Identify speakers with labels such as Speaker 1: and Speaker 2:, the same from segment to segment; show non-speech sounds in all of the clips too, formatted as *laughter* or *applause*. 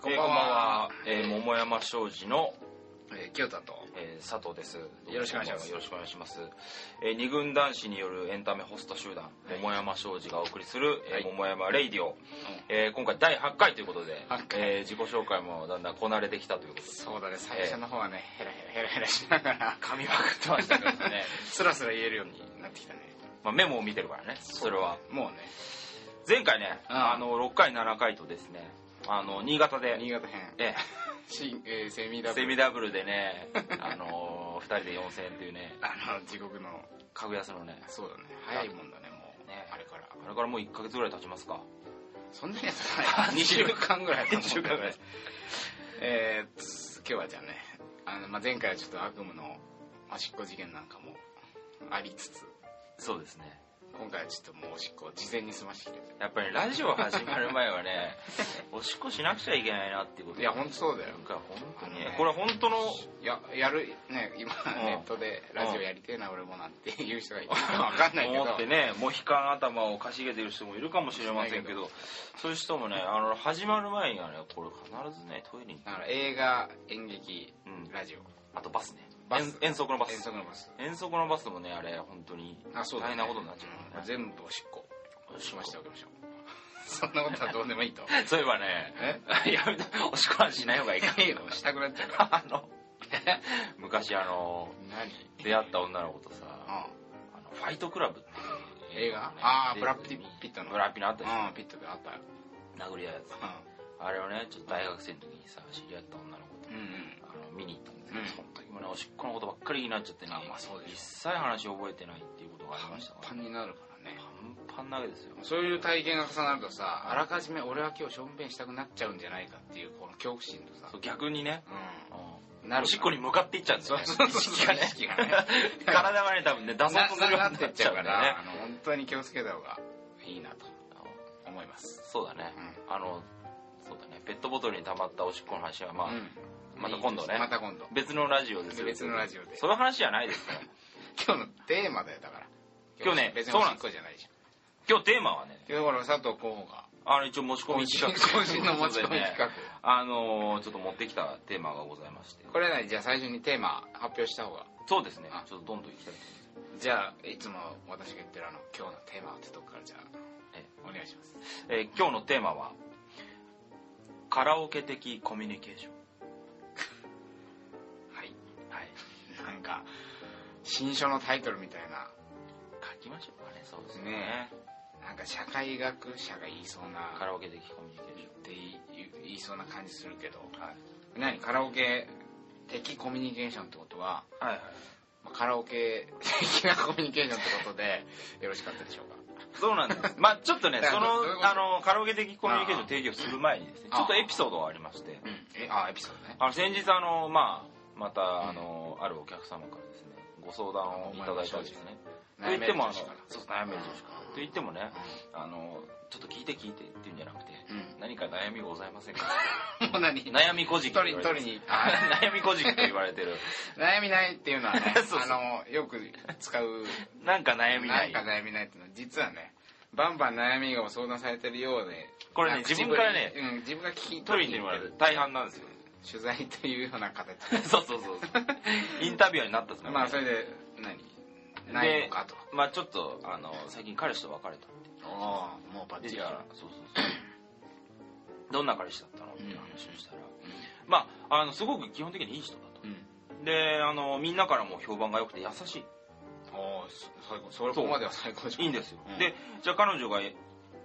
Speaker 1: こんばんは。
Speaker 2: えー桃山商事の、
Speaker 1: えー、清田と。
Speaker 2: えー佐藤です。
Speaker 1: よろしくお願いします
Speaker 2: よろしくお願いします。えー二軍男子によるエンタメホスト集団、
Speaker 1: い
Speaker 2: 桃山商事がお送りする、えー
Speaker 1: はい
Speaker 2: 桃山レイディオ、えー今回第8回ということで
Speaker 1: 8、回
Speaker 2: えー自己紹介もだんだんこなれてきたということで、
Speaker 1: そうだね、最初の方はね、ヘラヘラヘラヘラしながら、
Speaker 2: 噛みまくってましたけどね、
Speaker 1: スラスラ言えるようになってきたね。
Speaker 2: *laughs* まあ、メモを見てるからね、それは。
Speaker 1: もうね、
Speaker 2: 前回ね、
Speaker 1: うん
Speaker 2: あの6回、7回とですね、あの新潟で、
Speaker 1: 新潟編、
Speaker 2: え
Speaker 1: 新えー、セミ
Speaker 2: ー
Speaker 1: ダブ
Speaker 2: セ
Speaker 1: ル
Speaker 2: ミダブルでね、あの2人で4000円というね、
Speaker 1: あの、地獄の、
Speaker 2: 格安のね、
Speaker 1: そうだね、早いもんだね、もう、
Speaker 2: ね
Speaker 1: あれから。
Speaker 2: あれからもう1ヶ月ぐらい経ちますか。
Speaker 1: そんなにや *laughs* つかない。2週間ぐらいだと思うけどね
Speaker 2: 二週間ぐらい
Speaker 1: えーっと、今日はじゃあね、あの、まあ、前回はちょっと悪夢のおしっこ事件なんかもありつつ、
Speaker 2: そうですね
Speaker 1: 今回はちょっともうおしっこを事前に済ましてきて
Speaker 2: やっぱりラジオ始まる前
Speaker 1: *laughs*
Speaker 2: はねおしっこしなくちゃいけないなっていうこと
Speaker 1: いや、本当そうだよ
Speaker 2: なん。か本当に
Speaker 1: あのね
Speaker 2: これ本当の
Speaker 1: いや、やる、ね、今
Speaker 2: うん
Speaker 1: ネットでラジオやりてえな、俺もなんて言う人がいるかわかんないけど、
Speaker 2: 思ってねモヒカン頭をかしげてる人もいるかもしれませんけどそういう人もねあの始まる前にはねこれ必ずねトイレに、
Speaker 1: だから映画、演劇、
Speaker 2: うん、
Speaker 1: ラジオ、
Speaker 2: あとバスね
Speaker 1: バス
Speaker 2: 遠遠足のバ
Speaker 1: 遠
Speaker 2: ス
Speaker 1: 足のバス。
Speaker 2: 遠足のバスもねあれ本当に
Speaker 1: あ、そう
Speaker 2: 大
Speaker 1: だ、ね。
Speaker 2: 変なことになっちゃうから
Speaker 1: ん
Speaker 2: ね
Speaker 1: 全部おしっこ、
Speaker 2: おし
Speaker 1: し
Speaker 2: っこ
Speaker 1: ましておきましょう。そんなことはどうでもい
Speaker 2: *laughs*
Speaker 1: いと。
Speaker 2: そういえばね
Speaker 1: え
Speaker 2: やめておしっこはしない方がいいか
Speaker 1: いいのしたくなっちゃうから。
Speaker 2: あ
Speaker 1: *laughs*
Speaker 2: の昔あの
Speaker 1: 何
Speaker 2: 出会った女の子とさ、
Speaker 1: う
Speaker 2: あのファイトクラブっていう映画がね
Speaker 1: 映画あー
Speaker 2: で
Speaker 1: ブラピピットの
Speaker 2: ブラピのあったでし
Speaker 1: ん、うん、ピットであったよ。
Speaker 2: ょ殴り合うやつあれをねちょっと大学生の時にさ知り合った女の子
Speaker 1: う
Speaker 2: と
Speaker 1: ん、うん。
Speaker 2: あの見に行ったんですけど、
Speaker 1: うん
Speaker 2: その時もねおしっこのことばっかりになっちゃってね、
Speaker 1: あまあそうでしょ
Speaker 2: 一切話覚えてないっていうことがあ
Speaker 1: パ
Speaker 2: りました
Speaker 1: ンパ
Speaker 2: から
Speaker 1: ンになるからね。
Speaker 2: パンパンなわけですよ
Speaker 1: そういう体験が重なるとさ、あらかじめ俺は今日しょんべんしたくなっちゃうんじゃないかっていう、この恐怖心とさ
Speaker 2: そう、逆にね、
Speaker 1: う
Speaker 2: う
Speaker 1: ん、
Speaker 2: ん
Speaker 1: なるから
Speaker 2: おしっこに向かっていっちゃうんだ
Speaker 1: そ
Speaker 2: よ
Speaker 1: う
Speaker 2: ね
Speaker 1: そうそうそう
Speaker 2: 意識が
Speaker 1: 意
Speaker 2: ね
Speaker 1: 識が *laughs* ね
Speaker 2: 体がね多分ね出そうとするよう
Speaker 1: な
Speaker 2: に
Speaker 1: な
Speaker 2: な
Speaker 1: っ
Speaker 2: ってち
Speaker 1: っちゃ
Speaker 2: ゃ
Speaker 1: う
Speaker 2: う
Speaker 1: か、
Speaker 2: かららね
Speaker 1: あの本当に気をつけた方がいいなと思います、
Speaker 2: そうだね
Speaker 1: う
Speaker 2: あのそうだねペットボトルに溜まったおしっこの話はまあ、
Speaker 1: ん
Speaker 2: また今度ね
Speaker 1: また今度
Speaker 2: 別のラジオです
Speaker 1: 別のラジオで
Speaker 2: そういう話じゃないですから
Speaker 1: 今日のテーマだよだから
Speaker 2: 今日ね
Speaker 1: 別に
Speaker 2: そう
Speaker 1: お
Speaker 2: な
Speaker 1: し
Speaker 2: ん
Speaker 1: っ
Speaker 2: です
Speaker 1: こじゃないじゃ
Speaker 2: 今日テーマはね
Speaker 1: んだから佐藤候補が
Speaker 2: あの一応持ち込み企画
Speaker 1: 更新の持ち込み企画、
Speaker 2: あのーちょっと持ってきたテーマがございまして
Speaker 1: これねじゃあ最初にテーマ発表した方が
Speaker 2: そうですね
Speaker 1: あ
Speaker 2: ちょっとどんどんいきたいと
Speaker 1: じゃあいつも私が言ってるあの今日のテーマってとこからじゃあ
Speaker 2: え
Speaker 1: お願いします
Speaker 2: 思います、えー今日のテーマはカラオケ的コミュニケーション
Speaker 1: はい
Speaker 2: はい
Speaker 1: なんか新書のタイトルみたいな
Speaker 2: 書きましょうかねそうですね
Speaker 1: ねなんか社会学者が言いそうな
Speaker 2: カラオケ的コミュニケーション
Speaker 1: って言い言いそうな感じするけど、何カラオケ的コミュニケーションってことは、
Speaker 2: はいはい
Speaker 1: まあカラオケ的なコミュニケーションってことでよろしかったでしょうか
Speaker 2: そうなんですまあちょっ
Speaker 1: *laughs*
Speaker 2: とね
Speaker 1: だか
Speaker 2: そ
Speaker 1: ら
Speaker 2: の
Speaker 1: どういうこと
Speaker 2: あのカラオケ的コミュニケーションを提供する前にですね
Speaker 1: あー
Speaker 2: ちょっとエピソードがありまして
Speaker 1: うんえあエピソードね
Speaker 2: あの先日あのまあまたあの、あるお客様からですねご相談をいただいたんですねと言ってもあの
Speaker 1: 悩める女子から
Speaker 2: そう悩める女子からと言ってもねあのちょっと聞いて聞いてって言うんじゃなくて何か悩みございませ
Speaker 1: *laughs*
Speaker 2: んか
Speaker 1: うん、もう何
Speaker 2: 悩みこじきと
Speaker 1: 取
Speaker 2: 言
Speaker 1: り
Speaker 2: わ
Speaker 1: 取
Speaker 2: れてる
Speaker 1: りに
Speaker 2: *laughs* 悩みこじきと言われてる
Speaker 1: 悩みないっていうのはね
Speaker 2: そうそう
Speaker 1: あのよく使う
Speaker 2: なんか悩みない
Speaker 1: んか悩みないっていうのは実はねバンバン悩みを相談されてるようで
Speaker 2: これ
Speaker 1: な
Speaker 2: ね
Speaker 1: ん
Speaker 2: 自分からね
Speaker 1: 口ぶりうん、自分が聞き
Speaker 2: 取りに行ってもらう大半なんですよ
Speaker 1: *laughs* 取材というような形
Speaker 2: そうそ
Speaker 1: *laughs*
Speaker 2: うそうインタビュアーになったんです
Speaker 1: まあそれ
Speaker 2: で
Speaker 1: で何ないのかと
Speaker 2: まあちょっとあの最近彼氏と別れたって
Speaker 1: ああもうバ
Speaker 2: で
Speaker 1: じ
Speaker 2: じ
Speaker 1: ゃ
Speaker 2: ゃ
Speaker 1: あ
Speaker 2: あそうそうそう *coughs* どんな彼氏だったのっていう話をしたら、まああのすごく基本的にいい人だと
Speaker 1: うん
Speaker 2: であのみんなからも評判が良くて優しい
Speaker 1: おーそ最高それここまでは最高じゃん
Speaker 2: いいんですよ、
Speaker 1: うん
Speaker 2: でじゃあ彼女が、ね、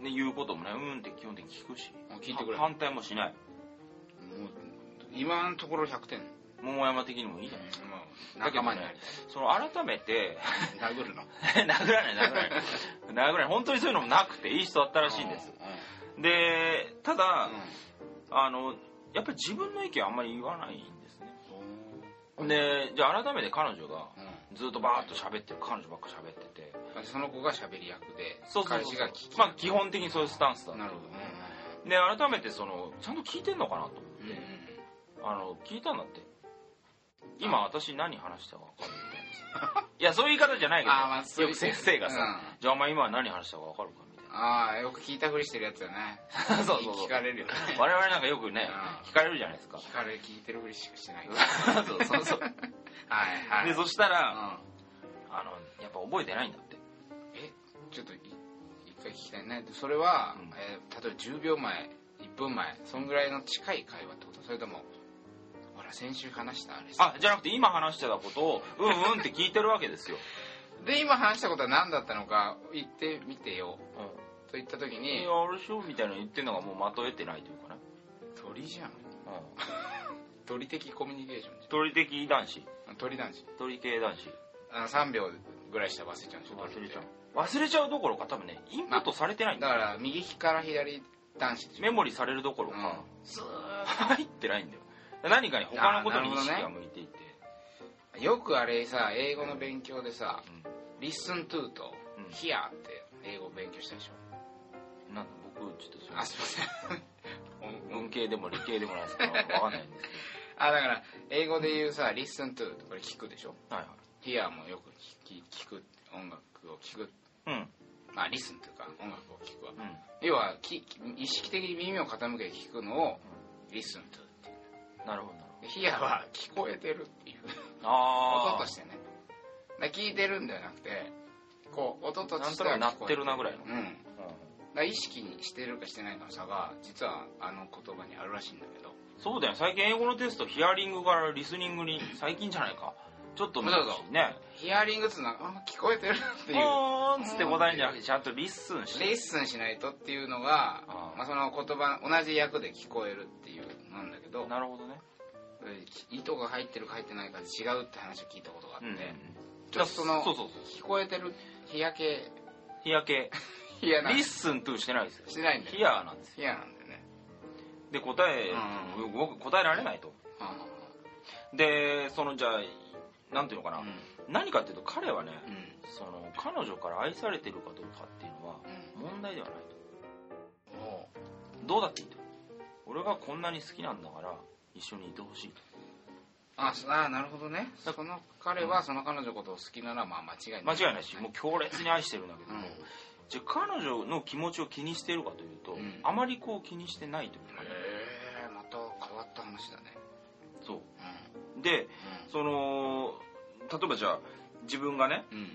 Speaker 2: 言うこともねうんって基本的に聞くし
Speaker 1: あ聞いてくれる
Speaker 2: は反対もしない
Speaker 1: もう今のところ100点
Speaker 2: 桃山的にもいいじゃない
Speaker 1: もう仲間になり
Speaker 2: その改めて *laughs*
Speaker 1: たい殴るの
Speaker 2: 殴らない殴らない殴らない本当にそういうのもなくていい人だったらしいんです
Speaker 1: う
Speaker 2: でただ
Speaker 1: ん、うん
Speaker 2: あのやっぱり自分の意見あんまり言わないんですね
Speaker 1: うん
Speaker 2: でじゃあ改めて彼女が
Speaker 1: う
Speaker 2: ずっとバーッと喋ってる彼女ばっか喋ってて
Speaker 1: んその子が喋り役で
Speaker 2: そうそう
Speaker 1: 彼
Speaker 2: そう
Speaker 1: 氏が聞き
Speaker 2: まあ基本的にそういうスタンスだ
Speaker 1: なるほどね
Speaker 2: で改めてそのちゃんと聞いてんのかなと思って、あの聞いたんだって今私何話したか分かるみた *laughs* いなさいやそういう言い方じゃないけど、
Speaker 1: あーまあそういう
Speaker 2: よく先生がさ、
Speaker 1: うん
Speaker 2: じゃあお前今何話したか分かるかみたいな
Speaker 1: ああよく聞いたふりしてるやつだね
Speaker 2: *laughs* そうそうそう
Speaker 1: 聞かれるよね
Speaker 2: 我々なんかよくね
Speaker 1: うん
Speaker 2: 聞かれるじゃないですか
Speaker 1: 聞かれ聞いてるふりしかしてない
Speaker 2: *laughs* そうそ
Speaker 1: *laughs*
Speaker 2: うそう
Speaker 1: はいはい
Speaker 2: でそした
Speaker 1: う
Speaker 2: ら
Speaker 1: ん
Speaker 2: あのやっぱ覚えてないんだって
Speaker 1: えちょっとい一回聞きたいねそれは、
Speaker 2: うん
Speaker 1: えー例えば10秒前1分前そんぐらいの近い会話ってことそれともほら先週話したあれさ
Speaker 2: あじゃなくて今話してたことをうんうんって聞いてるわけですよ、
Speaker 1: で今話したことは何だったのか言ってみてよ
Speaker 2: う
Speaker 1: と言った時
Speaker 2: ん、い
Speaker 1: に
Speaker 2: やあれしょみたいなの言ってるのがもうまとえてないというかね、
Speaker 1: 鳥じゃん
Speaker 2: う
Speaker 1: 鳥的コミュニケーションじ
Speaker 2: ん、鳥的男子
Speaker 1: ゃん鳥男子
Speaker 2: 鳥系男子
Speaker 1: あの3秒ぐらいしたら忘れちゃうんでしょ
Speaker 2: 忘れちゃう
Speaker 1: 鳥っ
Speaker 2: 忘れちゃうどころか多分ねインプットされてない
Speaker 1: て
Speaker 2: ん
Speaker 1: だ
Speaker 2: だ
Speaker 1: から右から左男子でしょ
Speaker 2: メモリされるどころか、ずーっと入ってないんだよ何かに他のことに意識が向いていて、
Speaker 1: うんよくあれさ英語の勉強でさ「listen to」と
Speaker 2: うん
Speaker 1: 「hear」って英語勉強したでしょ
Speaker 2: うん、なんか僕ちょっとその
Speaker 1: あすいませんうんう
Speaker 2: 文
Speaker 1: ん
Speaker 2: 系でも理系でもないですから分かんないんですけ
Speaker 1: *laughs* あだから英語で言うさ「listen to」これ聞くでしょ
Speaker 2: どはい
Speaker 1: 「hear」もよく聞き聞く音楽を聞く
Speaker 2: はい
Speaker 1: まあ「listen」というか音楽を聞くわ
Speaker 2: うんうん
Speaker 1: 要はき意識的に耳を傾けて聞くのを「listen to」っていう
Speaker 2: なるほどなる
Speaker 1: で「hear」は聞こえてるっていう
Speaker 2: ほどあ
Speaker 1: 音
Speaker 2: あ
Speaker 1: としてねだから聞いてるんではなくてこう音と
Speaker 2: なん
Speaker 1: して
Speaker 2: とな
Speaker 1: は
Speaker 2: く鳴
Speaker 1: 聞
Speaker 2: っ
Speaker 1: こ
Speaker 2: て
Speaker 1: え
Speaker 2: るなぐらいの、
Speaker 1: うんだから意識にしてるかしてないかの差が実はあの言葉にあるらしいんだけど
Speaker 2: そうだよ最近英語のテストヒアリングからリスニングに最近じゃないかちょっと難しいね
Speaker 1: ヒアリングっつうのはあ聞こえてるっていう
Speaker 2: ポーンっつって答えんじゃなくてちゃんとリッスンして
Speaker 1: レッスンしないとっていうのが
Speaker 2: あー
Speaker 1: まあ、その言葉同じ役で聞こえるっていうなんだけど
Speaker 2: なるほどね
Speaker 1: 糸が入ってるか入ってないかで違うって話を聞いたことがあって、
Speaker 2: うん
Speaker 1: ちょっとその
Speaker 2: そうそうそう
Speaker 1: 聞こえてる日焼け
Speaker 2: 日焼け
Speaker 1: 日やな
Speaker 2: リッスントゥしてないですよ
Speaker 1: してないんだよ
Speaker 2: ヒアーなんですよ
Speaker 1: 日やなんだよね
Speaker 2: で答え、
Speaker 1: う
Speaker 2: 僕答えられないと
Speaker 1: あ
Speaker 2: でそのじゃあなんていうのかな、
Speaker 1: あうん
Speaker 2: 何かっていうと彼はね
Speaker 1: うん
Speaker 2: その彼女から愛されてるかどうかっていうのは
Speaker 1: う
Speaker 2: 問題ではないと
Speaker 1: んもう
Speaker 2: どうだっていいと俺がこんなに好きなんだから一緒にいてほしいと
Speaker 1: あそあーなるほどねその彼はその彼女のことを好きならまあ間違いない
Speaker 2: 間違いないしもう強烈に愛してるんだけど
Speaker 1: うん
Speaker 2: も、じゃあ彼女の気持ちを気にしてるかというと、
Speaker 1: うん
Speaker 2: あまりこう気にしてないというかね
Speaker 1: へえまた変わった話だね
Speaker 2: そ
Speaker 1: うん
Speaker 2: うでその例えばじゃあ自分がね
Speaker 1: うんうん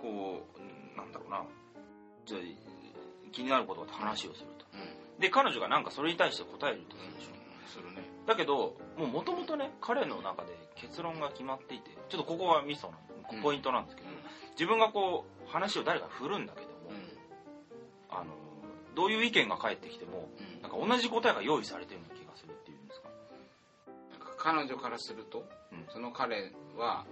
Speaker 2: こうなんだろうなじゃあ気になることって話をすると
Speaker 1: うんうん
Speaker 2: で彼女がなんかそれに対して答えるとするでしょ
Speaker 1: うんするね
Speaker 2: だけどもともとね彼の中で結論が決まっていてちょっとここはミソ
Speaker 1: う
Speaker 2: の
Speaker 1: ん
Speaker 2: ポイントなんですけど、自分がこう話を誰かに振るんだけども、
Speaker 1: うんうん
Speaker 2: あのどういう意見が返ってきても
Speaker 1: うん
Speaker 2: なんか同じ答えが用意されてるような気がするっていうんですか
Speaker 1: なんか彼女からすると、
Speaker 2: うん
Speaker 1: その彼は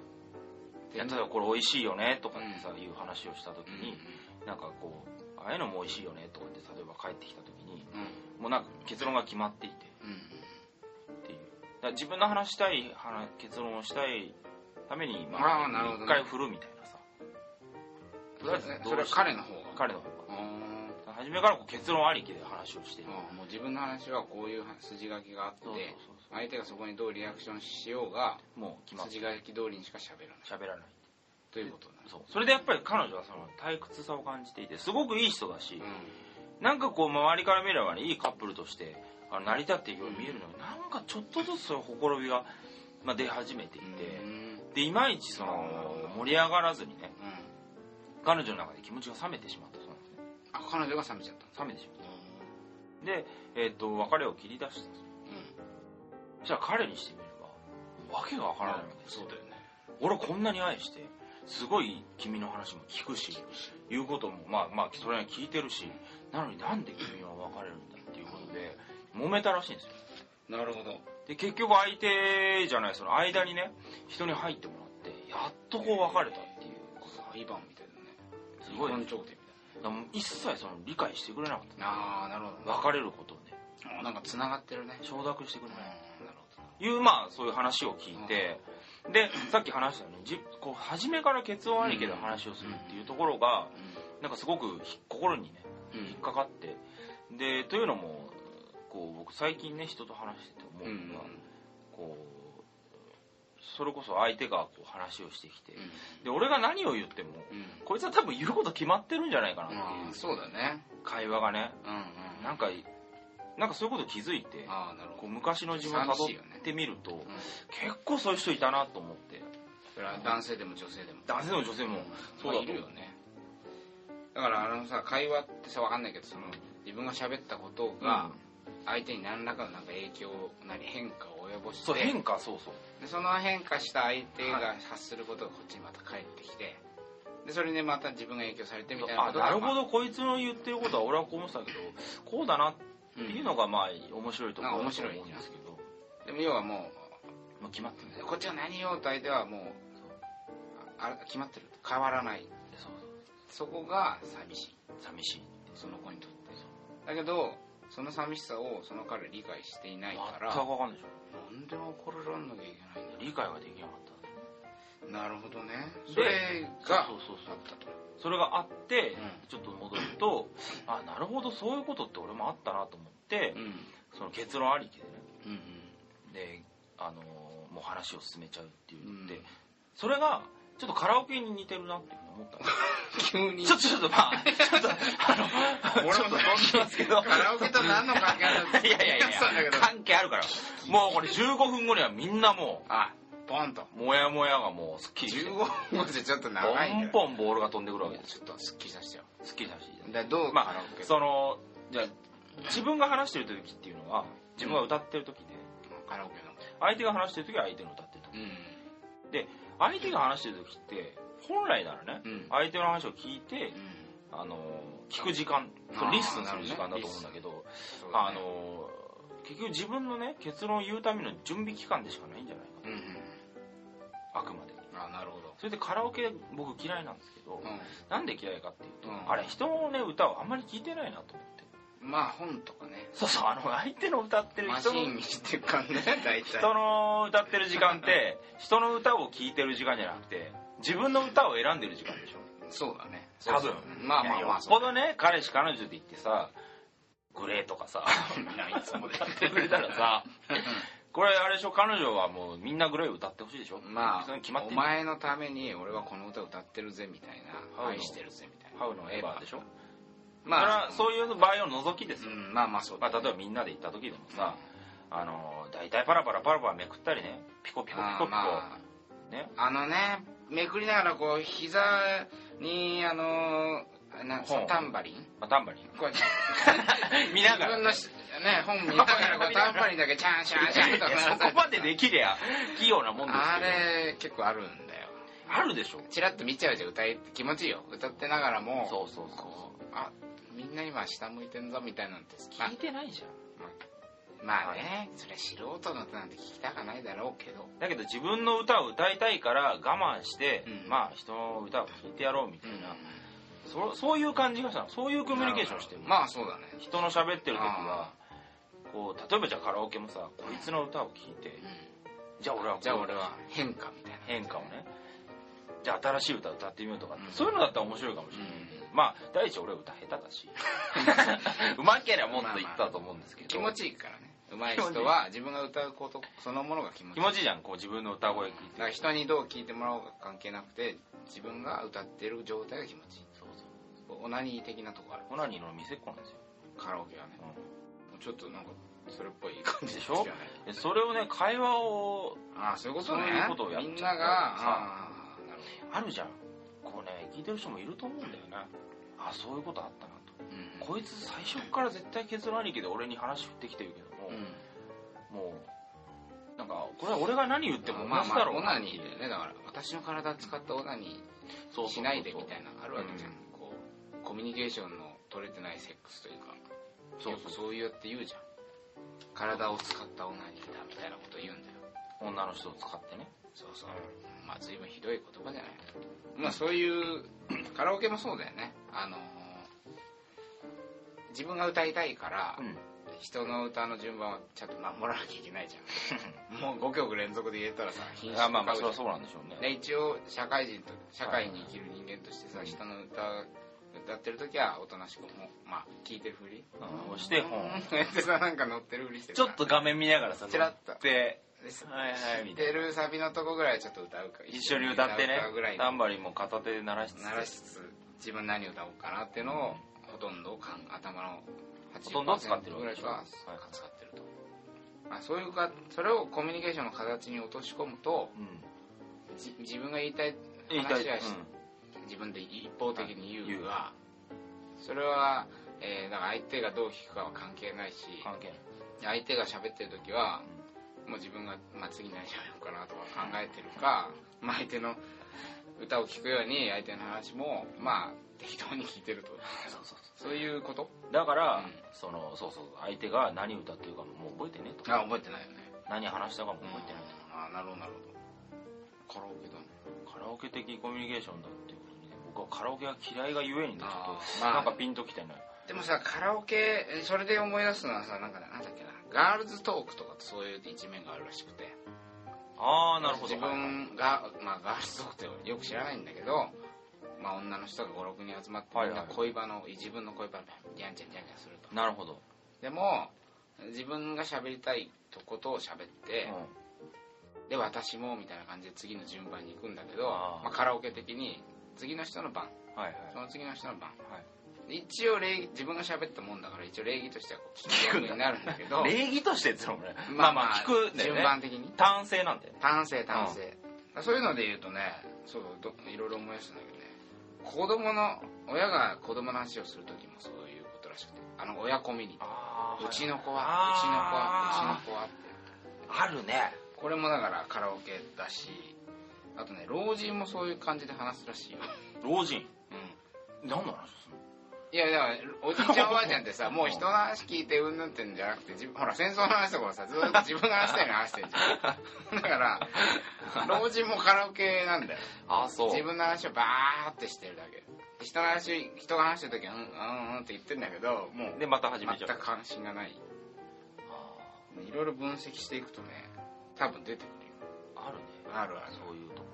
Speaker 1: い
Speaker 2: や例えばこれ美味しいよねとかってさ、いう話をした時
Speaker 1: うん
Speaker 2: に、なんかこうああいうのも美味しいよねとかって例えば返ってきた時に
Speaker 1: うん
Speaker 2: もうなんか結論が決まっていて
Speaker 1: うん
Speaker 2: っていうだから自分の話したい話結論をしたいために
Speaker 1: あーなるほどね
Speaker 2: 一回振るみたいなさとりあえず
Speaker 1: それ
Speaker 2: どうし
Speaker 1: それは彼の方が
Speaker 2: 彼の方
Speaker 1: あー
Speaker 2: が初めからこう結論ありきで話をしている
Speaker 1: あーもう自分の話はこういう筋書きがあって
Speaker 2: そうそうそうそ
Speaker 1: 相手がそこにどうリアクションしようが
Speaker 2: うもう決まって
Speaker 1: 筋書き通りにしか喋らない
Speaker 2: 喋らない
Speaker 1: ということなんです
Speaker 2: そうそれでやっぱり彼女はその退屈さを感じていてすごくいい人だし、
Speaker 1: う
Speaker 2: なんかこう周りから見ればねいいカップルとしてあの成り立っているように見えるのになんかちょっとずつそういうほころびが、まあ、出始めてい
Speaker 1: ん
Speaker 2: て
Speaker 1: う、ん
Speaker 2: でいまいちその盛り上がらずにね
Speaker 1: うん
Speaker 2: 彼女の中で気持ちが冷めてしまったそうなんですね
Speaker 1: あ彼女が冷めちゃった
Speaker 2: 冷めてしまったで、えっと別れを切り出したんですよ
Speaker 1: うん
Speaker 2: そしたら彼にしてみればわけがわからないわけです
Speaker 1: そうだよね
Speaker 2: 俺こんなに愛してすごい君の話も聞くし言うこともまあまあそれなりに聞いてるしなのになんで君は別れるんだっていうことで揉めたらしいんですよ
Speaker 1: なるほど
Speaker 2: で結局相手じゃないその間にね人に入ってもらってやっとこう別れたっていう
Speaker 1: 裁判みたいなね
Speaker 2: すごい
Speaker 1: 離
Speaker 2: ね
Speaker 1: 婚調停み
Speaker 2: だからもう一切その理解してくれなかった
Speaker 1: いなああなるほど
Speaker 2: 別れることをね
Speaker 1: あなんかつながってるね
Speaker 2: 承諾してく
Speaker 1: うん
Speaker 2: れない
Speaker 1: なるほど
Speaker 2: いうまあそういう話を聞いてでさっき話したようにじこう初めから結論ありきで話をするっていうところがなんかすごくひ心にね
Speaker 1: うん
Speaker 2: 引っかかってでというのもこう僕最近ね人と話してて思うのが、
Speaker 1: うん
Speaker 2: こうそれこそ相手がこう話をしてきて、
Speaker 1: う
Speaker 2: で俺が何を言っても、
Speaker 1: んうん
Speaker 2: こいつは多分言うこと決まってるんじゃないかなって
Speaker 1: あ
Speaker 2: いう
Speaker 1: ーそうだね
Speaker 2: 会話がね
Speaker 1: うんうん
Speaker 2: なんかなんかそういうこと気づいて
Speaker 1: ああなるほ
Speaker 2: こ
Speaker 1: ど
Speaker 2: う昔の自分をたどってみると、
Speaker 1: うん
Speaker 2: 結構そういう人いたなと思って
Speaker 1: それは男性でも女性でも
Speaker 2: 男性でも女性もそうだ
Speaker 1: ま
Speaker 2: と思う
Speaker 1: あいるよねだからあのさ会話ってさわかんないけどその自分が喋ったことが相手に何らかのなんか影響なり変化を及ぼして
Speaker 2: そう変化そうそう
Speaker 1: でその変化した相手が発することがこっちにまた返ってきてでそれでまた自分が影響されてみたいな
Speaker 2: あ
Speaker 1: こと
Speaker 2: な
Speaker 1: が
Speaker 2: るほ
Speaker 1: ま
Speaker 2: どこいつの言ってることは俺はこう思ってたけどこうだなっていうのがまあ面白いところだと思うんですけど
Speaker 1: あでも要はも
Speaker 2: もう決まってるんだ
Speaker 1: う
Speaker 2: よ
Speaker 1: こっちは何をと相手はもうああ決まってる変わらない
Speaker 2: そう
Speaker 1: そこが寂しい
Speaker 2: 寂しい
Speaker 1: その子にとってだけどその寂しさをその彼は理解していない
Speaker 2: 全
Speaker 1: から
Speaker 2: く分かんないでし
Speaker 1: なんで怒らんなきゃいけないんだ
Speaker 2: ょ理解ができなかった
Speaker 1: なるほどね
Speaker 2: で
Speaker 1: それが
Speaker 2: そうそうそ
Speaker 1: あ
Speaker 2: う
Speaker 1: ったと
Speaker 2: それがあって、
Speaker 1: うん
Speaker 2: ちょっと戻るとあなるほどそういうことって俺もあったなと思って、
Speaker 1: うん
Speaker 2: その結論ありきでね
Speaker 1: うん
Speaker 2: であのーもう話を進めちゃうっていうので、
Speaker 1: うん
Speaker 2: それがちょっとカラオケに似てるなっていうふうに思
Speaker 1: *laughs*
Speaker 2: ったの
Speaker 1: 急に
Speaker 2: ちょっとちょっとまあちょっとあの
Speaker 1: 俺も
Speaker 2: ちょっと飛んでますけど
Speaker 1: カラオケと何の関係あるん
Speaker 2: いやいやいやいや関係あるからもうこれ15分後にはみんなも
Speaker 1: あポンと
Speaker 2: うモヤモヤがもうすっきりして
Speaker 1: 15分じゃちょっと長いんだよ
Speaker 2: ポンポンボールが飛んでくるわけです
Speaker 1: ちょっとすっきりさせてよ
Speaker 2: すっきりだし
Speaker 1: だからどう
Speaker 2: ま
Speaker 1: カラ
Speaker 2: あ
Speaker 1: オケ
Speaker 2: そのじゃあ自分が話してる時っていうのは自分が歌ってる時で
Speaker 1: カラオケの
Speaker 2: 相手が話してる時は相手の歌ってる時
Speaker 1: うん
Speaker 2: 相手が話してる時って本来ならね
Speaker 1: うん
Speaker 2: 相手の話を聞いて
Speaker 1: うん
Speaker 2: あの聞く時間
Speaker 1: あー
Speaker 2: リスンする時間だと思うんだけど
Speaker 1: そうだね
Speaker 2: あの結局自分のね結論を言うための準備期間でしかないんじゃないか
Speaker 1: うんうん
Speaker 2: なあくまで
Speaker 1: あなるほど
Speaker 2: それでカラオケ僕嫌いなんですけど
Speaker 1: う
Speaker 2: なんで嫌いかっていうと
Speaker 1: うん
Speaker 2: あれ人のね歌をあんまり聞いてないなと思って
Speaker 1: んまあ本とかね
Speaker 2: そうそうあの相手の歌ってる
Speaker 1: マシ
Speaker 2: 人の
Speaker 1: ーンにしてる感じね大体
Speaker 2: 人の歌ってる時間って人の歌を聴いてる時間じゃなくて自分の歌を選んでる時間でしょ
Speaker 1: そうだね
Speaker 2: 多分
Speaker 1: まあまあま
Speaker 2: いやよ
Speaker 1: あ
Speaker 2: っぽどね彼氏彼女で言ってさグレーとかさ
Speaker 1: ないつもで
Speaker 2: 歌ってくれたらさこれあれでしょ彼女はもうみんなグレー歌ってほしいでしょ
Speaker 1: ま
Speaker 2: それ
Speaker 1: あ
Speaker 2: 決まっ
Speaker 1: お
Speaker 2: てんの
Speaker 1: 前のために俺はこの歌歌ってるぜみたい
Speaker 2: ハウ
Speaker 1: な
Speaker 2: の
Speaker 1: 愛してるぜみたいな
Speaker 2: ハウのエヴァでしょそれ
Speaker 1: ま
Speaker 2: は
Speaker 1: あ
Speaker 2: そういう場合を除きですよ、
Speaker 1: うんまあまあそう
Speaker 2: まあ、
Speaker 1: だ
Speaker 2: 例
Speaker 1: ね
Speaker 2: えばみんなで行った時でもさ、あの大体パラパラパラパラめくったりねピコピコピ
Speaker 1: あ
Speaker 2: コ
Speaker 1: ー
Speaker 2: ピコ、
Speaker 1: まあ
Speaker 2: ね
Speaker 1: あのねめくりながらこう膝にあのーな
Speaker 2: 本
Speaker 1: タンバリン
Speaker 2: まあ、タ
Speaker 1: *laughs*
Speaker 2: ンバリン
Speaker 1: こうやって
Speaker 2: 見な
Speaker 1: 自
Speaker 2: がら
Speaker 1: 分のしね本見ながらこうタンバリンだけチャンチャンチャンと
Speaker 2: いや
Speaker 1: *laughs*
Speaker 2: そこまでできりゃ器用なもんですけど
Speaker 1: あれ結構あるんだよ
Speaker 2: あるでしょ
Speaker 1: チラッと見ちゃうじゃん歌い気持ちいいよ歌ってながらも
Speaker 2: そうそうそう
Speaker 1: こうあみんな今下向いてんぞみたいなんてまあ
Speaker 2: 聞いてないじゃん
Speaker 1: まあねそれ素人の歌なんて聞きたくないだろうけど
Speaker 2: だけど自分の歌を歌いたいから我慢して、
Speaker 1: うん
Speaker 2: まあ人の歌を聴いてやろうみたいな、そそういう感じがしたのそういうコミュニケーションしてる、
Speaker 1: まあそうだね
Speaker 2: 人の喋ってる時はこう例えばじゃあカラオケもさこいつの歌を聴いてじゃあ俺はこう
Speaker 1: じゃあ俺は変化みたいな
Speaker 2: 変化をねじゃあ新しい歌歌ってみようとかって、
Speaker 1: うん
Speaker 2: そういうのだったら面白いかもしれない、まあ第一俺歌下手だし *laughs* うまけりゃもっといったと思うんですけど、
Speaker 1: 気持ちいいからね上手い人は自分が歌うことそのものが気持ちい
Speaker 2: 気
Speaker 1: いだ
Speaker 2: 持ちいいじゃんこう自分の歌声聞いて
Speaker 1: から人にどう聞いてもらおうが関係なくて自分が歌ってる状態が気持ちいい
Speaker 2: そうそう
Speaker 1: オナニー的なとこある
Speaker 2: オナニーの店っ子なんですよ、
Speaker 1: カラオケはねちょっとなんかそれっぽい感じ
Speaker 2: でし
Speaker 1: す
Speaker 2: ょ
Speaker 1: るよね
Speaker 2: でそれをね会話を
Speaker 1: ああそういうことね
Speaker 2: そういうことをやっちゃ
Speaker 1: み
Speaker 2: った
Speaker 1: んなが
Speaker 2: さ
Speaker 1: ああなる
Speaker 2: あるじゃんこうね聞いてる人もいると思うんだよねあそういうことあったなと
Speaker 1: ほどうん
Speaker 2: こいつ最初から絶対結論ありきで俺に話振ってきてるけども、
Speaker 1: うん
Speaker 2: もうなんかこれは俺が何言っても
Speaker 1: ま
Speaker 2: 同
Speaker 1: あま
Speaker 2: じだ
Speaker 1: あ
Speaker 2: ろ
Speaker 1: オ
Speaker 2: う
Speaker 1: ナ
Speaker 2: な
Speaker 1: ニーだよねだから私の体使ったオナニ
Speaker 2: そう
Speaker 1: ー
Speaker 2: そ
Speaker 1: し
Speaker 2: うそうそう
Speaker 1: ないでみたいなのあるわけじゃん
Speaker 2: う
Speaker 1: こうコミュニケーションの取れてないセックスというか
Speaker 2: そう
Speaker 1: よ
Speaker 2: そ
Speaker 1: く
Speaker 2: う
Speaker 1: そういうって言うじゃん体を使ったオナニーだみたいなこと言うんだよ
Speaker 2: 女の人を使ってね
Speaker 1: そうそうまあ随分ひどい言葉じゃないまあそういう *clears throat* カラオケもそうだよねあのー自分が歌いたいから、
Speaker 2: うん
Speaker 1: 人の歌の順番をちゃんと守らなきゃいけないじゃん *laughs* もう5曲連続で言えたらさ品
Speaker 2: あまあま
Speaker 1: 買
Speaker 2: あ
Speaker 1: う
Speaker 2: そ
Speaker 1: じ
Speaker 2: れ
Speaker 1: ゃん
Speaker 2: はそうなんでしょう
Speaker 1: で
Speaker 2: ね
Speaker 1: 一応社会人と社会に生きる人間としてさ、人の歌歌ってる時はおとなしくもうまあ聞いてるふり
Speaker 2: うん押して本
Speaker 1: *laughs* うんやってさなんか乗ってるふりして
Speaker 2: ちょっと画面見ながらさ
Speaker 1: チラッと
Speaker 2: ではいはい
Speaker 1: 見てるサビのとこぐらいちょっと歌うか
Speaker 2: 一緒に歌ってね
Speaker 1: 歌うぐらい
Speaker 2: タ
Speaker 1: の
Speaker 2: ンバリンも片手で鳴らしつつ
Speaker 1: 鳴らしつつ自分何歌おうかなっていうのをほとんどかん頭の
Speaker 2: ほとんど使ってる
Speaker 1: ぐ
Speaker 2: わ
Speaker 1: ら
Speaker 2: け
Speaker 1: い
Speaker 2: でしょ
Speaker 1: は
Speaker 2: はい
Speaker 1: 使ってると、まあ、そういうかそれをコミュニケーションの形に落とし込むと
Speaker 2: うん
Speaker 1: じ自分が言いたい
Speaker 2: 言いたい
Speaker 1: 話はし
Speaker 2: うん
Speaker 1: 自分で一方的に言うがそれは、えーだから相手がどう聞くかは関係ないし
Speaker 2: 関係ない
Speaker 1: 相手が喋ってる時はもう自分が、まあ、次何しゃべるかなとか考えてるか、まあ、相手の歌を聞くように相手の話もまあ適当に聞いてると
Speaker 2: そうそうそ
Speaker 1: そういうこと
Speaker 2: うだから、
Speaker 1: うん
Speaker 2: そのそうそう相手が何歌ってるかももう覚えてねえと
Speaker 1: あ覚えてないよね
Speaker 2: 何話したかも覚
Speaker 1: 覚え
Speaker 2: えて
Speaker 1: て
Speaker 2: な
Speaker 1: ないいとあな
Speaker 2: と
Speaker 1: るほどなるほどカラオケだね
Speaker 2: カラオケ的コミュニケーションだっていうことにね僕はカラオケが嫌いがゆえにねちょ
Speaker 1: あ
Speaker 2: っ
Speaker 1: ー
Speaker 2: と
Speaker 1: まあ
Speaker 2: なんかピンときてない、
Speaker 1: でもさカラオケえそれで思い出すのはさなんかなんだっけなガールズトークとかってそういう一面があるらしくて
Speaker 2: ああなるほど
Speaker 1: 自分が、まあ、ガールズトークってよく知らないんだけど、まあ、女の人が56人集まって
Speaker 2: はい
Speaker 1: み
Speaker 2: は
Speaker 1: ん
Speaker 2: い
Speaker 1: な恋バナを自分の恋バナをやんちゃんやんちゃんすると
Speaker 2: なるほど、
Speaker 1: でも自分が喋りたいとことを喋って、
Speaker 2: う
Speaker 1: で私もみたいな感じで次の順番に行くんだけど
Speaker 2: あー
Speaker 1: まあ、カラオケ的に次の人の番
Speaker 2: ん、はいはい
Speaker 1: その次の人の番
Speaker 2: はい
Speaker 1: 一応礼儀自分が喋ったもんだから一応礼儀としてはこう聞
Speaker 2: く
Speaker 1: く
Speaker 2: んだ
Speaker 1: ようになるんだけど
Speaker 2: 礼儀としてってのもねまあまあ聞くんだよ
Speaker 1: 順
Speaker 2: ね
Speaker 1: 番的に
Speaker 2: 単性なんだよね
Speaker 1: 単性単性、そういうので言うとねそうどいろいろ思い出したんだけどね子供の親が子供の話をする時もそういうことらしくてあの親コミュニテ
Speaker 2: あ
Speaker 1: ィうちの子はうちの子は
Speaker 2: あ
Speaker 1: うちの子はって
Speaker 2: あるね
Speaker 1: これもだからカラオケだしあとね老人もそういう感じで話すらしいよ、
Speaker 2: 老人
Speaker 1: うん、
Speaker 2: 何の話するの
Speaker 1: いやいや、おじいちゃんおばあちゃんって
Speaker 2: *laughs*
Speaker 1: さ、もう人の話聞いてうんぬんってんじゃなくて、自分ほら、戦争の話とかもさ、ずっと自分が話したいのに話してんじゃん。だ
Speaker 2: *laughs*
Speaker 1: から、老人もカラオケなんだよ。
Speaker 2: あそ
Speaker 1: 自分の話をバーってしてるだけ。人の話、人が話してる時は、うん、うん、うんって言ってんだけど、もう、
Speaker 2: でまた始めちゃ
Speaker 1: 全
Speaker 2: う
Speaker 1: く関心がない。いろいろ分析していくとね、多分出てくる
Speaker 2: あるね
Speaker 1: よ。あるある。
Speaker 2: そういうとこ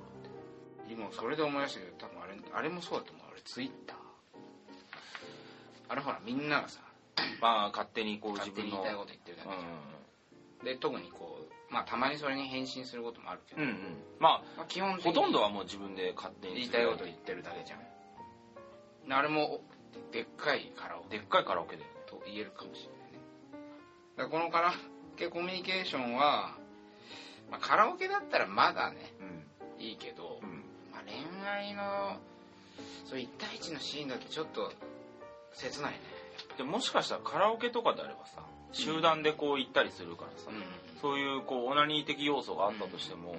Speaker 2: ろって
Speaker 1: 今、それで思い出したけど、多分あれ、あれもそうだと思う。あれ、ツイッター。あれほら、みんながさ、
Speaker 2: まあ勝手にこう自
Speaker 1: 勝手
Speaker 2: 分
Speaker 1: に
Speaker 2: の
Speaker 1: 言いたいこと言ってるだけじゃん。
Speaker 2: う
Speaker 1: で特にこうまあたまにそれに返信することもあるけど、
Speaker 2: んうんうんま
Speaker 1: まあ、基本
Speaker 2: あ
Speaker 1: 的
Speaker 2: ほ
Speaker 1: に
Speaker 2: とんどはもう自分で勝手に
Speaker 1: 言いたいこと言ってるだけじゃんであれもおでっかいカラオケ
Speaker 2: でっかいカラオケだよね
Speaker 1: と言えるかもしれないねだからこのカラオケコミュニケーションは、まあ、カラオケだったらまだねいいけど、
Speaker 2: うん
Speaker 1: まあ、恋愛のそう一対一のシーンだとちょっと切ないね
Speaker 2: でもしかしたらカラオケとかであればさ集団でこう行ったりするからさ、
Speaker 1: う
Speaker 2: そういうこうオナニー的要素があったとしても、
Speaker 1: ん、うん、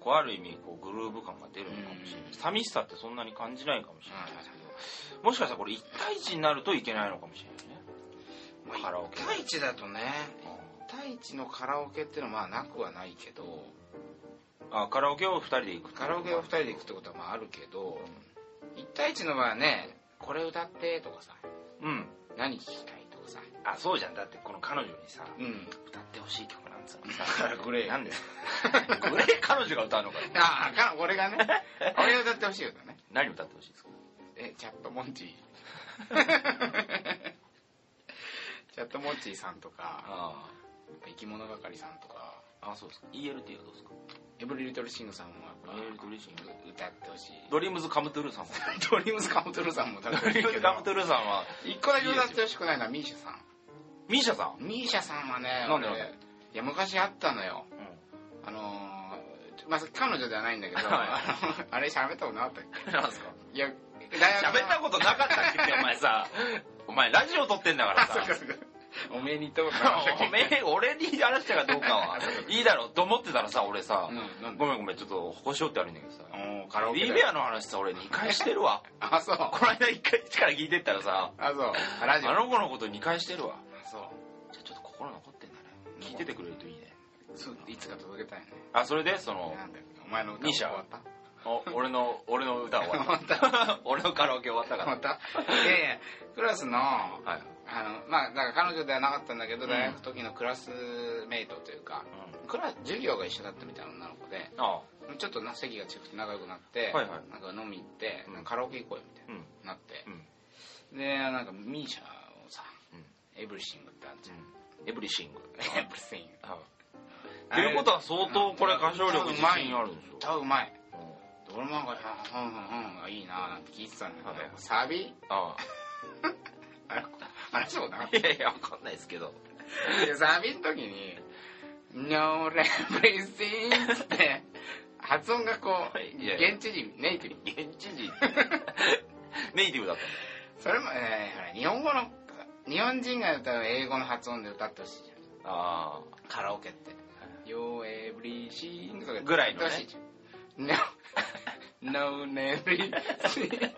Speaker 2: こうある意味こうグルーヴ感が出るのかもしれな
Speaker 1: う
Speaker 2: い、
Speaker 1: ん
Speaker 2: 寂しさってそんなに感じないかもしれないですけどもしかしたらこれ一対一になるといけないのかもしれないね
Speaker 1: まあ
Speaker 2: カラオケ
Speaker 1: 一対一だとね一対一のカラオケっていうのはまあなくはないけど、
Speaker 2: あカラオケを2人で行く
Speaker 1: カラオケを2人で行くってことはまああるけど1対1の場合はねこれ歌ってとかさ
Speaker 2: うん
Speaker 1: 何聞きたいとかさ
Speaker 2: あそうじゃんだってこの彼女にさ
Speaker 1: うん
Speaker 2: 歌ってほしい曲なんつうの
Speaker 1: から *laughs* グレー
Speaker 2: なんで
Speaker 1: *laughs*
Speaker 2: グレー彼女が歌うのかよ
Speaker 1: ああか俺がね俺が歌ってほしい歌ね
Speaker 2: 何歌ってほしいですか
Speaker 1: えチャットモンチーチャットモンチーさんとか
Speaker 2: あ
Speaker 1: 生き物係さんとか
Speaker 2: あそうですか ELT はどうですか
Speaker 1: エブリリトルシングさんもやっぱ
Speaker 2: エブリリトルシング
Speaker 1: 歌ってほしい
Speaker 2: ドリームズカムトゥルーさんも
Speaker 1: ドリームズカムトゥルーさんも歌って
Speaker 2: ド
Speaker 1: ほし
Speaker 2: リ
Speaker 1: い
Speaker 2: ーム
Speaker 1: け
Speaker 2: ズ
Speaker 1: ど
Speaker 2: カムトゥルーさんは
Speaker 1: 1個だけ歌ってほしくないのはミーシャさん
Speaker 2: ミーシャさん、
Speaker 1: ミーシャさんはね
Speaker 2: なんで
Speaker 1: 俺
Speaker 2: なん
Speaker 1: いや昔あったのよあのー、まあ、彼女ではないんだけど、
Speaker 2: はい
Speaker 1: あのあれ喋ったことなかったっ
Speaker 2: なんすか
Speaker 1: けいや、大学の
Speaker 2: 喋ったことなかったっけってお前さ *laughs* お前ラジオ撮ってんだから
Speaker 1: あ、そっか
Speaker 2: さ
Speaker 1: そっか。 *laughs* おめえに言ったことなかったっけ
Speaker 2: おめえ俺に話したかどうかはいいだろうと思ってたらさ俺さ、
Speaker 1: うん、なんだ
Speaker 2: ごめんごめんちょっとこしようってあるんだけどさ
Speaker 1: おーカラオケだ
Speaker 2: リ
Speaker 1: よ
Speaker 2: ベアの話さ俺2回してるわ
Speaker 1: あ、そう。
Speaker 2: この間1回一から聞いてったらさ
Speaker 1: あ、そう。あラ
Speaker 2: あ
Speaker 1: ジオ。あ、
Speaker 2: の子のこと2回してるわ
Speaker 1: そう。
Speaker 2: じゃあちょっと心残ってんだね聞いててくれるといいね
Speaker 1: そういつか届けたいね。
Speaker 2: あそれでその
Speaker 1: なんだっけお前の歌
Speaker 2: ミーシャ
Speaker 1: 終わった
Speaker 2: お俺の俺の歌終わった *laughs* 俺のカラオケ終わったか
Speaker 1: 終
Speaker 2: ら
Speaker 1: わったいやいや、クラスの、あ
Speaker 2: はい、
Speaker 1: の、まあ、だから彼女ではなかったんだけど、
Speaker 2: うん
Speaker 1: 大学の時のクラスメイトというか、クラス、授業が一緒だったみたいな女の子で、
Speaker 2: あ
Speaker 1: ちょっとな席が近くて仲良くなって、
Speaker 2: はいはい
Speaker 1: なんか飲み行って、
Speaker 2: うん
Speaker 1: なんかカラオケ行こうよみたい
Speaker 2: うん
Speaker 1: ななって
Speaker 2: う、ん
Speaker 1: でなんかミーシャをさ、
Speaker 2: うん
Speaker 1: エブリシングってあるじゃん、
Speaker 2: エブリシング
Speaker 1: エブリシング
Speaker 2: あっていうことは相当これ歌唱力自信あるでしょ
Speaker 1: 歌うまい俺もなんか「うんうんうん」がいいななんて聞いてたんだけ
Speaker 2: はい
Speaker 1: どサビ
Speaker 2: あ
Speaker 1: あれあれそうだな
Speaker 2: あ *laughs* いやいやわかんないですけど
Speaker 1: でサビの時に「No r e p r e s e n t って発音がこう
Speaker 2: いやいや
Speaker 1: 現地人ネイティブ
Speaker 2: 現地人ネイティブだった
Speaker 1: それもねほら日本語の日本人が歌う英語の発音で歌ってほしいじゃん
Speaker 2: あ
Speaker 1: カラオケって「Yo every s i n とか
Speaker 2: ぐらいの
Speaker 1: 歌
Speaker 2: ね
Speaker 1: ってほしいじゃん No No every s i n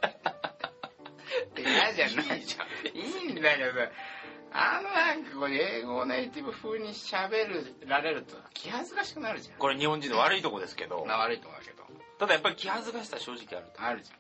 Speaker 1: って嫌じゃないじゃんいいんだけどあのなんかこう英語をネイティブ風に喋られると気恥ずかしくなるじゃん
Speaker 2: これ日本人の悪いとこですけど
Speaker 1: な悪いと思うけど
Speaker 2: ただやっぱり気恥ずかしさは正直あると
Speaker 1: あるじゃん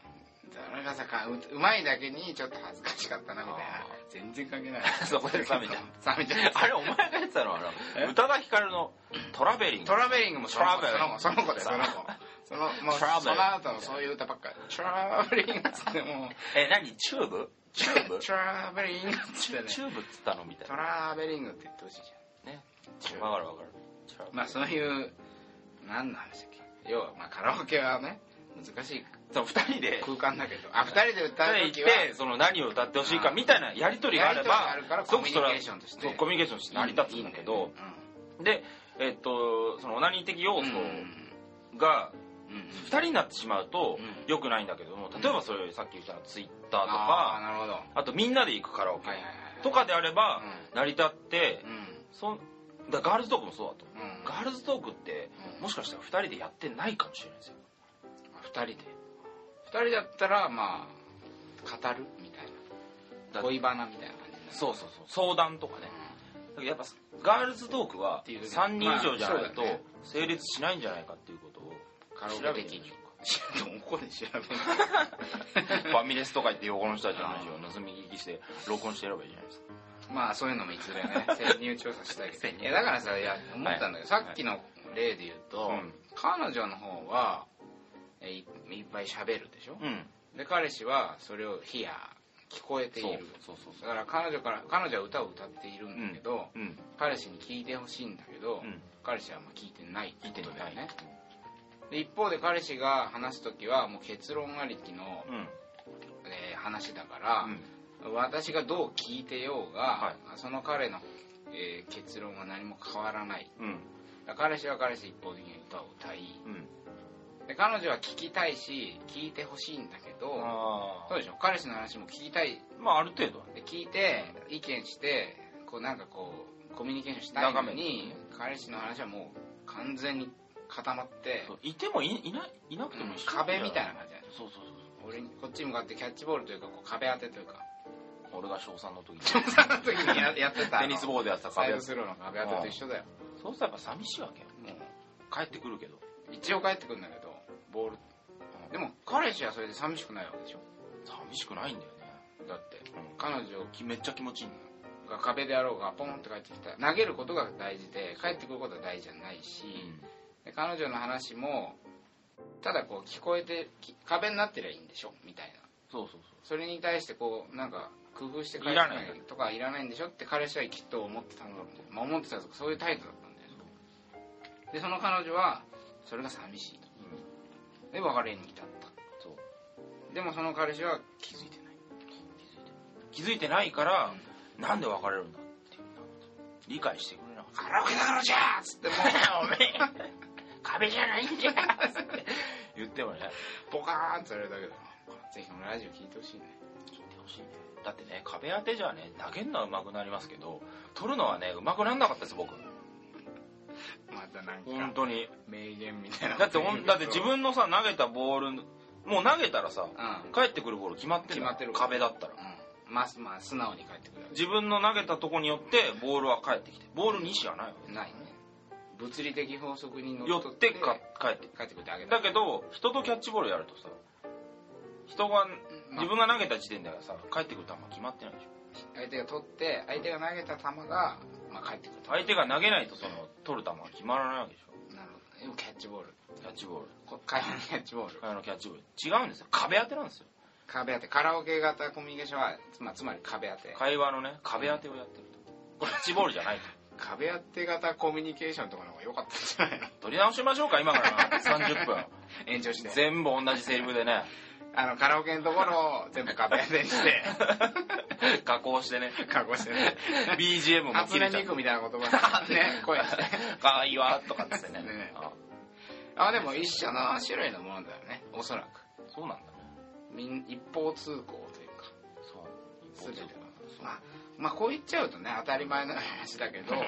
Speaker 1: それがさかううまいだけにちょっと恥ずかしかったなみたい
Speaker 2: あ
Speaker 1: な全然関係ない
Speaker 2: そこで冷めちゃ
Speaker 1: う冷めちゃう
Speaker 2: *laughs* あれお前がやってたのあ
Speaker 1: え
Speaker 2: の宇多田ヒカルの「トラベリング
Speaker 1: ト」ラベリングもその子
Speaker 2: トラベリング
Speaker 1: その子その子でその子そのもう
Speaker 2: トラベリ
Speaker 1: そ
Speaker 2: ング
Speaker 1: の後のそういう歌ばっかトラベリングっつってもう
Speaker 2: え何チューブチューブ
Speaker 1: トラベリングっつ
Speaker 2: チ
Speaker 1: って
Speaker 2: ュ
Speaker 1: ね
Speaker 2: チューブっつったのみたい
Speaker 1: ト
Speaker 2: な
Speaker 1: ラベリングって言ってほしいじ
Speaker 2: ね
Speaker 1: チューブ
Speaker 2: わかるわかるチュー
Speaker 1: ゃん
Speaker 2: ブ
Speaker 1: まあそういう何の話だっけ要はまあカラオケはね難しい
Speaker 2: その二人で
Speaker 1: 空間だけどあ二人で歌う
Speaker 2: 行っ
Speaker 1: 時は
Speaker 2: てその何を歌ってほしいかみたいなやり取りがあれば
Speaker 1: やり取りがあるから
Speaker 2: すごくそれ
Speaker 1: コ
Speaker 2: は
Speaker 1: ミュニケーションとして
Speaker 2: そうコミュニケーションとして成り立つんだけどでえっとそのオナニー的
Speaker 1: う
Speaker 2: 要
Speaker 1: ん
Speaker 2: 素
Speaker 1: う
Speaker 2: が
Speaker 1: ん
Speaker 2: 二人になってしまうと
Speaker 1: うん
Speaker 2: 良くないんだけども例えばそれさっき言ったツイッターと
Speaker 1: ああ
Speaker 2: か
Speaker 1: なるほどは
Speaker 2: あとみんなで行くカラ
Speaker 1: い
Speaker 2: オ
Speaker 1: はい
Speaker 2: ケ
Speaker 1: はい
Speaker 2: とかであれば
Speaker 1: う
Speaker 2: 成り立って
Speaker 1: ん
Speaker 2: そんだガールズトークもそうだと
Speaker 1: うんうん
Speaker 2: ガールズトークってもしかしたら二人でやってないかもしれないですよ
Speaker 1: 2人で2人だったらまあ語るみたい
Speaker 2: だ
Speaker 1: な恋バナみたいな感じになる
Speaker 2: そうそうそう相談とかねだからやっぱガールズトークは
Speaker 1: っていう
Speaker 2: 3人以上じゃな
Speaker 1: ま
Speaker 2: いと
Speaker 1: あそうだね
Speaker 2: 成立しないんじゃないかっていうことを
Speaker 1: カラオケ的にどこで調べる
Speaker 2: *laughs* ファミレスとか行って横の人たちの話を盗み聞きして録音してやればいいじゃないですか
Speaker 1: *laughs* まあそういうのもいずれね潜入調査したいけ
Speaker 2: 潜
Speaker 1: ど
Speaker 2: 入
Speaker 1: いやだからさいや思ったんだけどさっきの例で言うと
Speaker 2: うん
Speaker 1: 彼女の方はえいいっぱい喋るでしょ
Speaker 2: うん
Speaker 1: で彼氏はそれを「ヒア聞こえてい
Speaker 2: そう
Speaker 1: る
Speaker 2: そうそうそ
Speaker 1: だから彼女から彼女は歌を歌っているんだけど
Speaker 2: ううん
Speaker 1: 彼氏に聞いてほしいんだけど、
Speaker 2: うん
Speaker 1: 彼氏はまあ聞いてないって
Speaker 2: 聞い
Speaker 1: こ
Speaker 2: て
Speaker 1: とだ
Speaker 2: な
Speaker 1: よ
Speaker 2: い
Speaker 1: ねで一方で彼氏が話す時はもう結論ありきの、
Speaker 2: うん
Speaker 1: えー話だから
Speaker 2: う、ん
Speaker 1: 私がどう聞いてようが、
Speaker 2: は
Speaker 1: その彼の、えー結論は何も変わらない
Speaker 2: うん
Speaker 1: だから彼氏は彼氏で一方的に歌を歌い
Speaker 2: うん
Speaker 1: で彼女は聞きたいし聞いてほしいんだけど
Speaker 2: あ
Speaker 1: そうでしょ彼氏の話も聞きたい
Speaker 2: ーまあある程度は
Speaker 1: で聞いて意見してこうなんかこうコミュニケーションしたいの
Speaker 2: 眺め
Speaker 1: に
Speaker 2: て
Speaker 1: 彼氏の話はもう完全に固まって、
Speaker 2: そういてもいいないいなくても一緒
Speaker 1: 壁みたいな感じだね
Speaker 2: そうそうそう
Speaker 1: 俺にこっちに向かってキャッチボールというかこう壁当てという
Speaker 2: *laughs*
Speaker 1: か
Speaker 2: そう俺が小3の時に
Speaker 1: 小さの時にややってたあの
Speaker 2: テニスボールでやってた
Speaker 1: サイ
Speaker 2: 壁
Speaker 1: ドスローの壁当てと一緒だよ
Speaker 2: そうしたらやっぱ寂しいわけよ
Speaker 1: も
Speaker 2: 帰ってくるけど
Speaker 1: う一応帰ってくるんだけどボールでも彼氏はそれで寂しくないわけでしょ
Speaker 2: 寂しくないんだよね
Speaker 1: だって
Speaker 2: うん
Speaker 1: 彼女
Speaker 2: きめっちゃ気持ちいいんだよ
Speaker 1: が壁であろうがポンって帰ってきた投げることが大事で帰ってくることは大事じゃないし、で彼女の話もただこう聞こえてき壁になってりゃいいんでしょみたいな
Speaker 2: そうそうそう
Speaker 1: それに対してこうなんか工夫して返
Speaker 2: い
Speaker 1: さ
Speaker 2: ら
Speaker 1: な
Speaker 2: ないい
Speaker 1: とかいらないんでしょって彼氏はきっと思ってたんだろうね、まあ、思ってたとかそういう態度だったんだよでその彼女はそれが寂しいと
Speaker 2: うん
Speaker 1: で別れに至った
Speaker 2: そう
Speaker 1: でもその彼氏は気づいてない
Speaker 2: 気づいてないから、なんで別れるんだっていうな理解してくれなかっ
Speaker 1: カラオケだからじゃーっつっても
Speaker 2: た *laughs* おめえ壁じゃないんじゃん言ってもね
Speaker 1: うポカーンってそれだけだなぜひこのラジオ聞いてほしいね
Speaker 2: 聞いてほしいねだってね壁当てじゃね投げるのは上手くなりますけど取るのはね上手くならなかったです僕
Speaker 1: またなん
Speaker 2: 本
Speaker 1: か
Speaker 2: 当に
Speaker 1: 名言みたいな
Speaker 2: だってほんだって自分のさ投げたボールもう投げたらさ
Speaker 1: うん
Speaker 2: 帰ってくるボール決まって
Speaker 1: 決
Speaker 2: る
Speaker 1: まってる
Speaker 2: 壁だったら
Speaker 1: うんまあまあ素直に帰ってくるわけ
Speaker 2: 自分の投げたとこによってボールは返ってきてボールに意思はないわ
Speaker 1: ないね物理的法則にの
Speaker 2: け寄ってか返って
Speaker 1: 帰ってくるだけだ
Speaker 2: だけど人とキャッチボールやるとさ人
Speaker 1: ま
Speaker 2: が
Speaker 1: あ
Speaker 2: 自分が投げた時点ではさ帰ってくる球決まってないでしょ
Speaker 1: 相手が取って相手が投げた球が、まあ、返ってくる
Speaker 2: 相手が投げないとその取る球は決まらないわけでしょ
Speaker 1: なるほどでもキャッチボール
Speaker 2: キャッチボール
Speaker 1: こ会話のキャッチボール
Speaker 2: あのキャッチボール違うんですよ壁当てなんですよ
Speaker 1: 壁当てカラオケ型コミュニケーションはつまあつまり壁当て
Speaker 2: 会話のね壁当てをやってるとこれキャッチボールじゃないと *laughs*
Speaker 1: 壁当て型コミュニケーションとかの方が良かったんじゃないの
Speaker 2: 取り直しましょうか今から30分
Speaker 1: *laughs* 延長して
Speaker 2: 全部同じセリフでね
Speaker 1: あのカラオケのところを全部壁当てにして *laughs*
Speaker 2: 加工してね
Speaker 1: 加工してね
Speaker 2: BGM も
Speaker 1: 初
Speaker 2: 切
Speaker 1: 音
Speaker 2: れちゃ
Speaker 1: ミ
Speaker 2: う
Speaker 1: クみたいな言葉で *laughs* ね声して
Speaker 2: かわいいわとかっつってね
Speaker 1: ね
Speaker 2: あ
Speaker 1: あでも一緒の種類のものだよねおそらく
Speaker 2: そうなんだね *laughs*
Speaker 1: みん一方通行というか
Speaker 2: そう一
Speaker 1: す
Speaker 2: 方
Speaker 1: べ
Speaker 2: 通
Speaker 1: て
Speaker 2: 行
Speaker 1: がまあまあこう言っちゃうとね当たり前の話だ *laughs* けどでも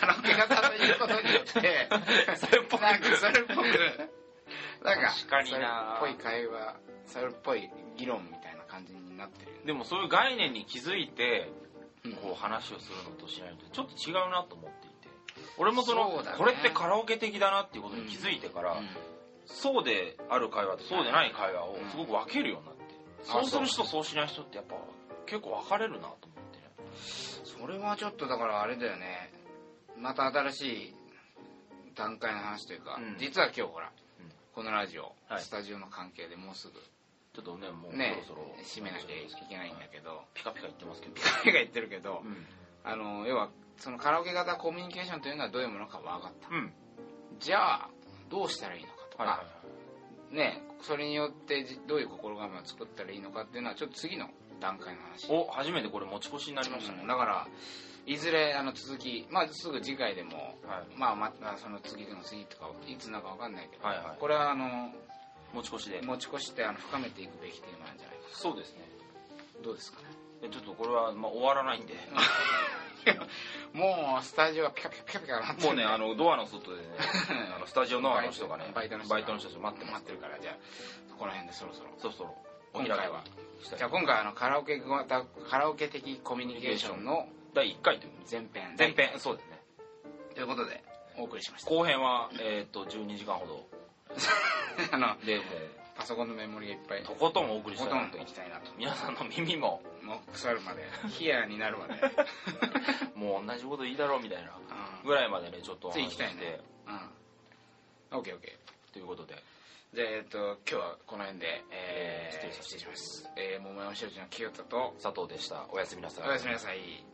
Speaker 1: カラオケ型ということによって
Speaker 2: それっぽく
Speaker 1: なんかそれっぽくなんか
Speaker 2: 確かにな
Speaker 1: それっぽい会話それっぽい議論みたいな感じになってるよね
Speaker 2: でもそういう概念に気づいて
Speaker 1: うん
Speaker 2: こう話をするのとしないのとちょっと違うなと思っていて俺もその
Speaker 1: そうだね
Speaker 2: これってカラオケ的だなっていうことに気づいてから、
Speaker 1: うん
Speaker 2: そうである会話とそうでない会話をすごく分けるようになって、
Speaker 1: うん
Speaker 2: そうする人そうしない人ってやっぱ結構分かれるなと思ってね
Speaker 1: それはちょっとだからあれだよねまた新しい段階の話というか、
Speaker 2: うん
Speaker 1: 実は今日ほら、
Speaker 2: うん
Speaker 1: このラジオ、
Speaker 2: はい
Speaker 1: スタジオの関係でもうすぐ
Speaker 2: ちょっとねもう
Speaker 1: ね
Speaker 2: そろそろ
Speaker 1: 締めなきゃいけないんだけど
Speaker 2: ピカピカ言ってますけど、
Speaker 1: 彼が言ってるけど、
Speaker 2: う
Speaker 1: あの要はそのカラオケ型コミュニケーションというのはどういうものか分かった
Speaker 2: ん、うん、
Speaker 1: じゃあどうしたらいいのかとか、
Speaker 2: はいはいはい
Speaker 1: ねそれによってじどういう心構えを作ったらいいのかっていうのはちょっと次の段階の話
Speaker 2: お初めてこれ持ち越しになりましたね、
Speaker 1: うんだからいずれあの続き、まあ、すぐ次回でも
Speaker 2: はい、
Speaker 1: まあ、またその次の次とかいつなのかわかんないけど、
Speaker 2: はいはい
Speaker 1: これはあの
Speaker 2: 持ち越しで
Speaker 1: 持ち越してあの深めていくべきテーマなんじゃないか
Speaker 2: そうですね
Speaker 1: どうですかね
Speaker 2: でちょっとこれはまあ終わらないんで
Speaker 1: もうスタジオがピカピカピカピカなってる
Speaker 2: もうね、あの、ドアの外で *laughs* ね、あのスタジオのあの人がね、
Speaker 1: バイトの人
Speaker 2: バイトの人たち待ってま
Speaker 1: 待
Speaker 2: す
Speaker 1: っ。てるからじゃあそこら辺でそろそろ
Speaker 2: そろそろ、お
Speaker 1: 今
Speaker 2: 開
Speaker 1: 回
Speaker 2: き
Speaker 1: は
Speaker 2: したい
Speaker 1: じゃあ今回はあのカラオケ型カラオケ的コミュニケーションの
Speaker 2: 第1回ということで
Speaker 1: 前編
Speaker 2: 前編、そうですね。
Speaker 1: ということでお送りしました *laughs*
Speaker 2: 後編は、えっと、12時間ほど
Speaker 1: あの
Speaker 2: で、も、
Speaker 1: パソコンのメモリがいっぱいう
Speaker 2: とことんお送りし
Speaker 1: ほ
Speaker 2: た
Speaker 1: と
Speaker 2: いなんと
Speaker 1: ど。いきたいなと
Speaker 2: 皆さんの耳も、
Speaker 1: もう腐るまで *laughs* ヒヤにな *laughs* るまで、
Speaker 2: もう同じこといいだろうみたいな、
Speaker 1: う
Speaker 2: ぐらいまでね、ちょっとお
Speaker 1: つい
Speaker 2: 話
Speaker 1: 行
Speaker 2: し
Speaker 1: き
Speaker 2: したて
Speaker 1: いね、ん、うん、OKOK
Speaker 2: ということで、
Speaker 1: じゃあ、えっと、今日はこの辺で、えー、
Speaker 2: えー
Speaker 1: 失礼します。えー、桃山しおちの清田と、
Speaker 2: 佐藤でした。おやすみなさい。
Speaker 1: おやすみなさい。